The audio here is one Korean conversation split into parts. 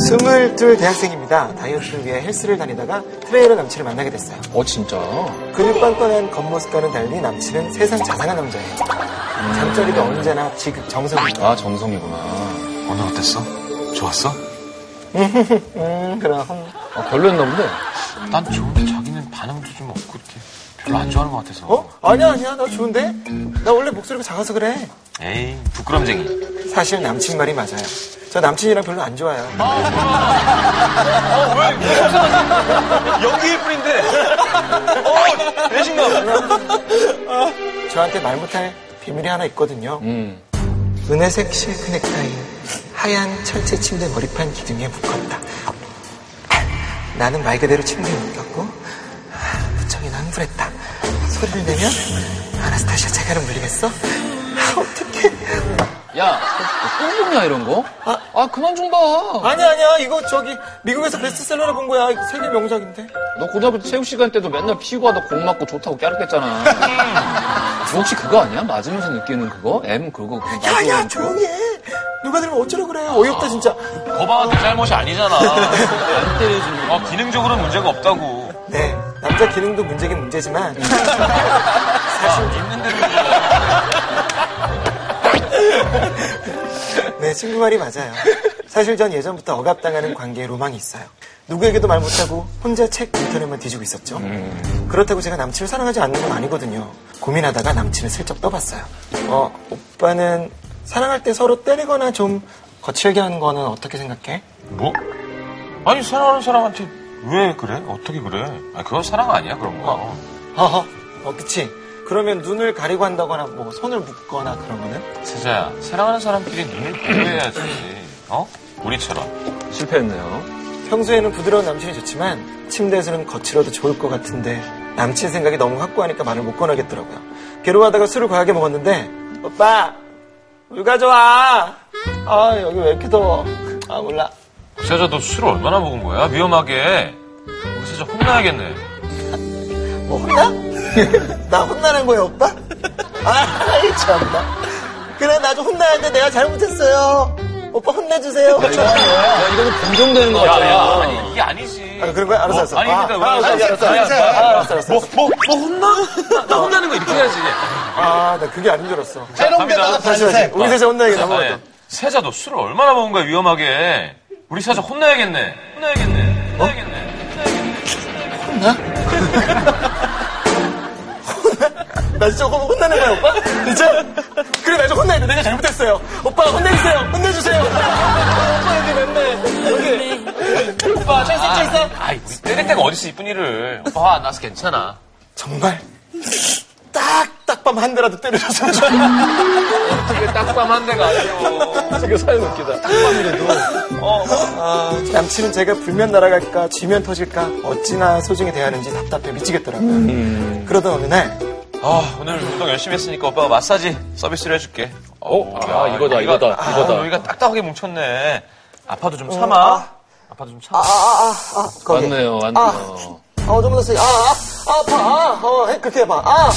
22 대학생입니다. 다이어트를 위해 헬스를 다니다가 트레이너 남친을 만나게 됐어요. 어 진짜. 그를 뻔뻔한 겉모습과는 달리 남친은 세상 자상한 남자예요. 잠자리도 언제나 지극 정성입니다. 아 정성이구나. 오늘 어땠어? 좋았어? 음, 그럼. 아, 별로였나 본데. 난 좋은데 자기는 반응도 좀 없고 이렇게 별로 안 좋아하는 것 같아서. 어? 아니야, 아니야. 나 좋은데? 나 원래 목소리가 작아서 그래. 에이 부끄럼쟁이. 사실 남친 말이 맞아요. 저 남친이랑 별로 안 좋아요. 연기일 뿐인데. 어 배신감. 저한테 말 못할 비밀이 하나 있거든요. 음. 은혜색 실크 넥타이, 하얀 철제 침대 머리판 기둥에 묶었다. 나는 말 그대로 침대에 묶였고, 무척이나 흥분했다. 소리를 내면, 아나스타샤 제가를 물리겠어? 아, 어떡해. 야, 너꿈 보냐 이런 거? 아, 그만 좀 봐. 아니야, 아니야. 이거 저기, 미국에서 베스트셀러로 본 거야. 이거 세계 명작인데. 너 고등학교 때 체육 시간 때도 맨날 피고 하다 공 맞고 좋다고 깨르댔잖아. 너 혹시 그거 아니야? 맞으면서 느끼는 그거? M 그거 그거 야, 야, 맞으면서 조용히 해. 누가 들으면 어쩌라 그래. 어이없다, 진짜. 거봐한테 잘못이 아니잖아. 안 때려주는 거. 어, 기능적으로는 문제가 없다고. 네. 남자 기능도 문제긴 문제지만, 네, 친구 말이 맞아요. 사실 전 예전부터 억압당하는 관계에 로망이 있어요. 누구에게도 말 못하고 혼자 책 인터넷만 뒤지고 있었죠. 그렇다고 제가 남친을 사랑하지 않는 건 아니거든요. 고민하다가 남친을 슬쩍 떠봤어요. 어, 오빠는 사랑할 때 서로 때리거나 좀 거칠게 하는 거는 어떻게 생각해? 뭐? 아니 사랑하는 사람한테 왜 그래? 어떻게 그래? 아 그건 사랑 아니야 그런 거. 허허, 어, 그치. 그러면 눈을 가리고 한다거나 뭐 손을 묶거나 그런 거는? 세자야 사랑하는 사람끼리 눈을 보호해야지. 어? 우리처럼. 실패했네요. 평소에는 부드러운 남친이 좋지만 침대에서는 거칠어도 좋을 것 같은데 남친 생각이 너무 확고하니까 말을 못 꺼내겠더라고요. 괴로워하다가 술을 과하게 먹었는데 오빠 물 가져와. 아 여기 왜 이렇게 더워? 아 몰라. 세자 너 술 얼마나 먹은 거야? 위험하게. 우리 세자 혼나야겠네. 뭐 혼나? 나 혼나는 거야 오빠? 아이 참나. 그래 나 좀 혼나는데 내가 잘못했어요. 오빠 혼내주세요. 야, 이거는 긍정되는 거 야, 야, 같잖아. 아니, 이게 아니지. 아, 그런 거야? 알았어, 알았어. 아니, 근데 아, 왜 알았어, 알았어, 알았어. 아, 알았어, 알았어. 뭐, 뭐, 뭐 혼나? 나, 나 혼나는 거 이렇게 해야지. 아 나 그게 안 힘들었어. 새롱대다가 다시 다시 우리 세자 혼나야겠다. 아, 넘어갔다. 예. 세자, 너 술을 얼마나 먹은 거야, 위험하게. 우리 세자 혼나야겠네. 어? 혼나야겠네. 혼나야겠네. 나 진짜 오빠 혼나는 거야, 오빠? 진짜? 그래, 나 좀 혼나야 돼. 내가 잘못했어요. 오빠, 혼내주세요. 혼내주세요. 오빠, 여기 맨날. 여기. 오빠, 찰싹, 찰싹. 아이, 우리 때릴 때가 어딨어, 이쁜 일을. 오빠, 안 나서 괜찮아. 정말. 딱, 딱밤 한 대라도 때려줬으면 좋겠어. 이게 딱밤 한 대가 아니오. 이거 사연 웃기다. 아, 남친은 제가 불면 날아갈까, 쥐면 터질까, 어찌나 소중히 대하는지 답답해 미치겠더라고요. 그러던 어느 날, 아, 오늘 운동 열심히 했으니까 오빠가 마사지 서비스를 해줄게. 어? 아, 야, 이거다, 여기가- 이거다, 아, 이거다. 어? 여기가 딱딱하게 뭉쳤네. 아파도 좀 참아. 아파도 좀 참아. 아, 아, 아, 아, 거기. 맞네요, 맞네요. 아, 어, 너무 났어요. 아, 아, 아파. 아, 어, 해, 그렇게 해봐. 아,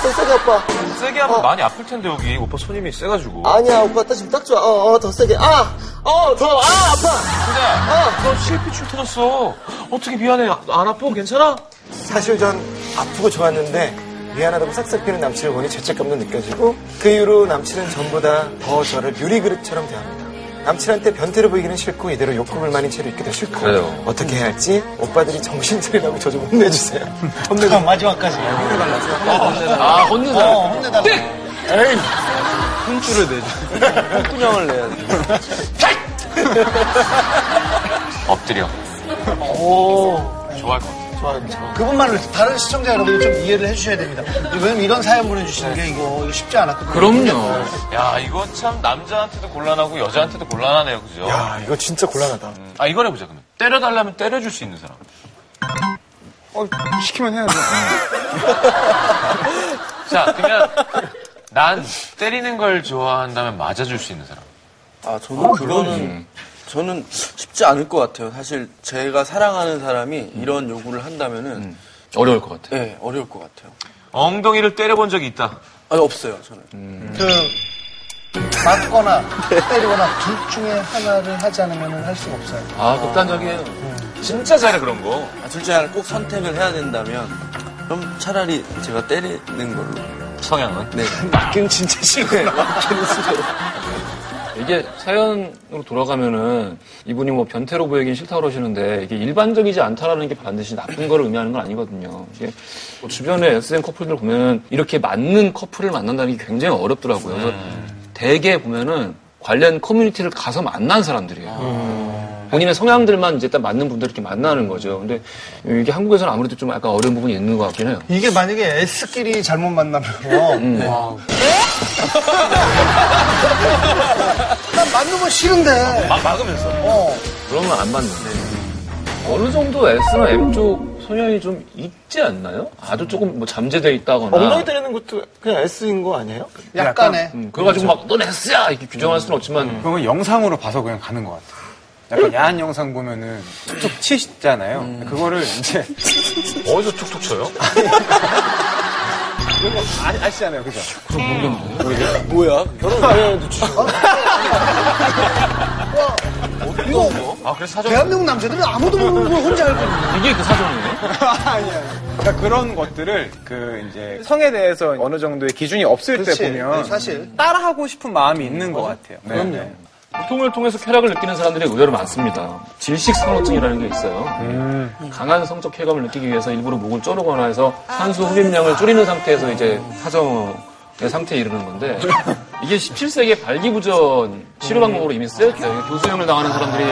더 세게 아파. 세게 하면 어. 많이 아플 텐데, 여기. 오빠 손 힘이 세가지고. 아니야, 오빠, 나 지금 딱 좋아. 어, 어, 더 세게. 아, 어, 더, 아, 아파. 야, 어, 너 실핏줄 터졌어. 어떻게 미안해. 아, 안 아파? 괜찮아? 사실 전 아프고 좋았는데 미안하다고 싹싹 비는 남친을 보니 죄책감도 느껴지고 그 이후로 남친은 전보다 더 저를 유리그릇처럼 대합니다. 남친한테 변태로 보이기는 싫고 이대로 욕구 불만인 채로 있기도 싫고 그래요. 어떻게 해야 할지 오빠들이 정신 차리라고 저 좀 혼내주세요. 혼내주세요. 어, 마지막까지. 어. 아, 혼내다. 어, 혼내달라고. 띡! 에이! 혼쭐을 내줘. 혼꾸녕을 내야 돼. 엎드려. 오. 좋아할 것 같아. 그분만을 다른 시청자 여러분이 좀 이해를 해주셔야 됩니다. 왜냐면 이런 사연 보내주시는 게 이거 이거 쉽지 않았거든요. 그럼요. 야, 이건 참 남자한테도 곤란하고 여자한테도 곤란하네요. 그죠? 야 이거 진짜 곤란하다. 아, 이걸 해보자, 그러면. 때려달라면 때려줄 수 있는 사람. 어, 시키면 해야죠. 자, 그러면 난 때리는 걸 좋아한다면 맞아줄 수 있는 사람. 아, 저는 그거는 저는 쉽지 않을 것 같아요. 사실 제가 사랑하는 사람이 이런 요구를 한다면은 어려울 것 같아. 예, 어려울 것 같아요. 아, 엉덩이를 때려본 적이 있다. 음. 아니, 없어요, 저는. 그 맞거나 때리거나 둘 중에 하나를 하지 않으면 할 수가 없어요. 아, 극단적이에요. 진짜 잘해 그런 거. 아, 둘째 하나 꼭 선택을 해야 된다면 그럼 차라리 제가 때리는 걸로. 성향은? 네. 걔는 진짜 싫어요. 이게 사연으로 돌아가면은 이분이 뭐 변태로 보이긴 싫다고 그러시는데 이게 일반적이지 않다라는 게 반드시 나쁜 거를 의미하는 건 아니거든요. 이게 뭐 주변에 SM 커플들 보면은 이렇게 맞는 커플을 만난다는 게 굉장히 어렵더라고요. 그래서 대개 보면은 관련 커뮤니티를 가서 만난 사람들이에요. 본인의 성향들만 이제 딱 맞는 분들 이렇게 만나는 거죠. 근데 이게 한국에서는 아무래도 좀 약간 어려운 부분이 있는 것 같긴 해요. 이게 만약에 S끼리 잘못 네. 만나면 난 맞는 건 싫은데 막 막으면서. 어. 그러면 안 맞는데. 어느 정도 S나 M 쪽 성향이 좀 있지 않나요? 아주 조금 뭐 잠재돼 있다거나. 엉덩이 때리는 것도 그냥 S인 거 아니에요? 약간의 음, 그래가지고 막, 넌 S야! 이렇게 규정할 수는 없지만, 그러면 영상으로 봐서 그냥 가는 것 같아요. 약간 야한 영상 보면은 툭툭 치시잖아요. 그거를 이제 음. 어디서 툭툭 쳐요? 아, 아시잖아요, 그죠? 뭐야? 결혼 안 했는데 아 그래서 사전 대한민국 남자들은 아무도 모르는 걸 혼자 알고 이게 그 사정이에요? 그러니까 그런 것들을 그 이제 성에 대해서 어느 정도의 기준이 없을 때 보면 네, 사실 따라하고 싶은 마음이 있는 것 같아요. 네. 네. 고통을 통해서 쾌락을 느끼는 사람들이 의외로 많습니다. 질식선호증이라는 게 있어요. 강한 성적 쾌감을 느끼기 위해서 일부러 목을 조르거나 해서 산소 흡입량을 줄이는 상태에서 이제 사정의 상태에 이르는 건데 이게 17세기의 발기부전 치료 방법으로 이미 쓰였대요. 교수형을 당하는 사람들이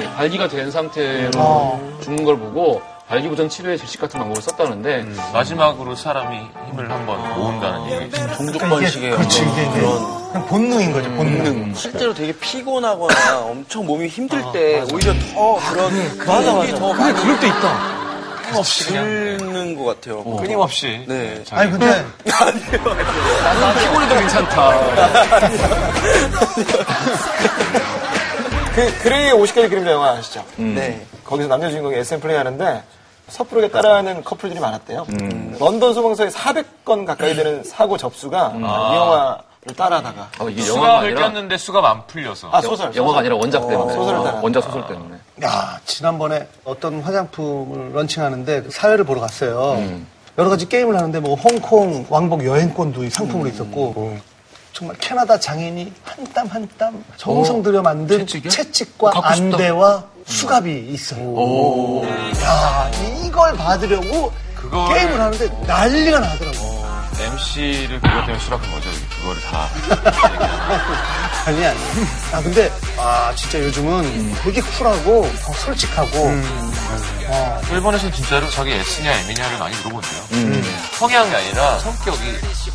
네, 발기가 된 상태로 죽는 걸 보고 발기부전 치료에 질식 같은 방법을 썼다는데 마지막으로 사람이 힘을 한번 모은다는 얘기. 종족 번식에 그렇지, 이게 그런 본능인 거죠, 본능. 실제로 되게 피곤하거나 엄청 몸이 힘들 때 오히려 더 그런 아, 맞아 맞아. 더 많이 네. 그럴 때 있다. 드는 것 같아요. 끊임없이. 네. 아니 근데 아, 피곤해도 괜찮다. 그, 그레이의 50가지 그림자 영화 아시죠? 음. 네. 거기서 남자 주인공이 SM 플레이 하는데 섣부르게 따라하는 커플들이 많았대요. 음. 런던 소방서에 400건 가까이 되는 사고 접수가 음. 이 영화를 따라하다가. 아, 이게 영화가 수갑을 아니라 꼈는데 수갑 안 풀려서. 아, 소설. 영화가 아니라 원작 때문에 소설을 어, 따라. 원작 소설 때문에. 야 지난번에 어떤 화장품을 런칭하는데 그 사회를 보러 갔어요. 여러 가지 게임을 하는데 뭐 홍콩 왕복 여행권도 이 상품으로 있었고 정말 캐나다 장인이 한 땀 한 땀 정성 들여 만든 채찍과 안대와 수갑이 있어요. 야 이걸 받으려고 그걸- 게임을 하는데 난리가 나더라고. MC를 그것 때문에 수락한 거죠. 그거를 다. 아니 아니. 아 근데 아 진짜 요즘은 되게 쿨하고 더 솔직하고 일본에서 진짜로 자기 S냐 M냐를 많이 물어본대요. 음. 음. 성향이 아니라 성격이.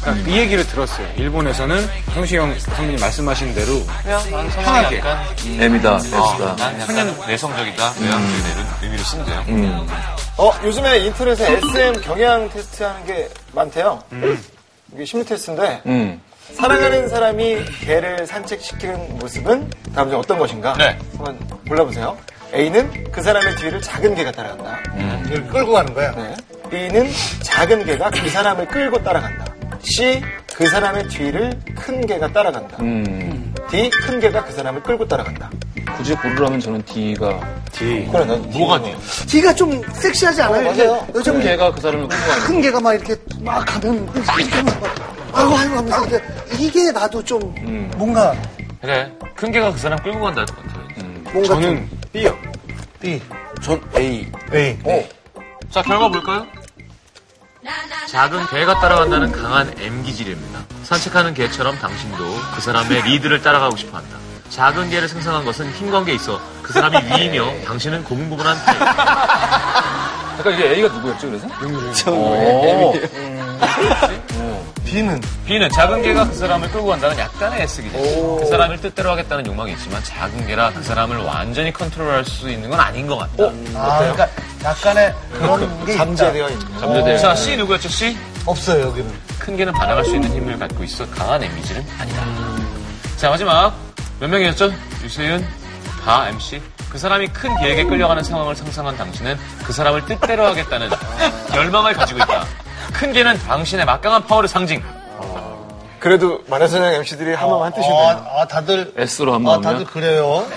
그러니까 이 얘기를 들었어요. 일본에서는 형식 형 형님 말씀하신 대로 그냥 난 성향이 편하게. 아. 약간 M이다, S다. 어, 난 약간 내성적이다. 음. 외향적이다. 이런 의미로 쓴대요. 어, 요즘에 인터넷에 SM 경향 테스트 하는 게 많대요. 이게 심리 테스트인데, 음. 사랑하는 사람이 개를 산책시키는 모습은 다음 중 어떤 것인가? 네. 한번 골라보세요. A는 그 사람의 뒤를 작은 개가 따라간다. 이걸 끌고 가는 거야. 네. B는 작은 개가 그 사람을 끌고 따라간다. C 그 사람의 뒤를 큰 개가 따라간다. 음. D 큰 개가 그 사람을 끌고 따라간다. 굳이 고르라면 저는 D가 그래 난 음. 뭐가 돼요? 뒤가 좀 섹시하지 않아요? 맞아요. 요즘 큰 개가 그 사람을 끌고 가는 큰 개가 막 이렇게 막 가면 이렇게 막 아이고 아이고 하면서 이제 이게 나도 좀 뭔가 그래. 큰 개가 그 사람 끌고 간다는 것 같아요. 뭔가 좀 저는 B요. B 전 A. A 자, 결과 볼까요? 작은 개가 따라간다는 강한 M 기질입니다. 산책하는 개처럼 당신도 그 사람의 리드를 따라가고 싶어 한다. 작은 개를 생성한 것은 힘 관계에 있어 그 사람이 위이며 당신은 고분고분한 타입. 그러니까 이게 A가 누구였죠, 그래서? B는 B는 작은 개가 그 사람을 끌고 간다는 약간의 S 기질. 그 사람을 뜻대로 하겠다는 욕망이 있지만 작은 개라 그 사람을 완전히 컨트롤할 수 있는 건 아닌 것 어? 같다. 아 그러니까 약간의 그런 게 있다. 잠재되어 있는. 잠재돼요. 자, C 누구였죠, C? 없어요 여기는 큰 개는 반항할 수 있는 힘을 갖고 있어 강한 m 미지는 아니다. 자 마지막 몇 명이었죠? 유세윤, 다 MC. 그 사람이 큰 개에게 끌려가는 상황을 상상한 당신은 그 사람을 뜻대로 하겠다는 열망을 가지고 있다. 큰 개는 당신의 막강한 파워를 상징. 그래도 만화소년 MC들이 한마음 한 뜻이네요. 아, 아, 다들 S로 한번 아 하면 다들 그래요.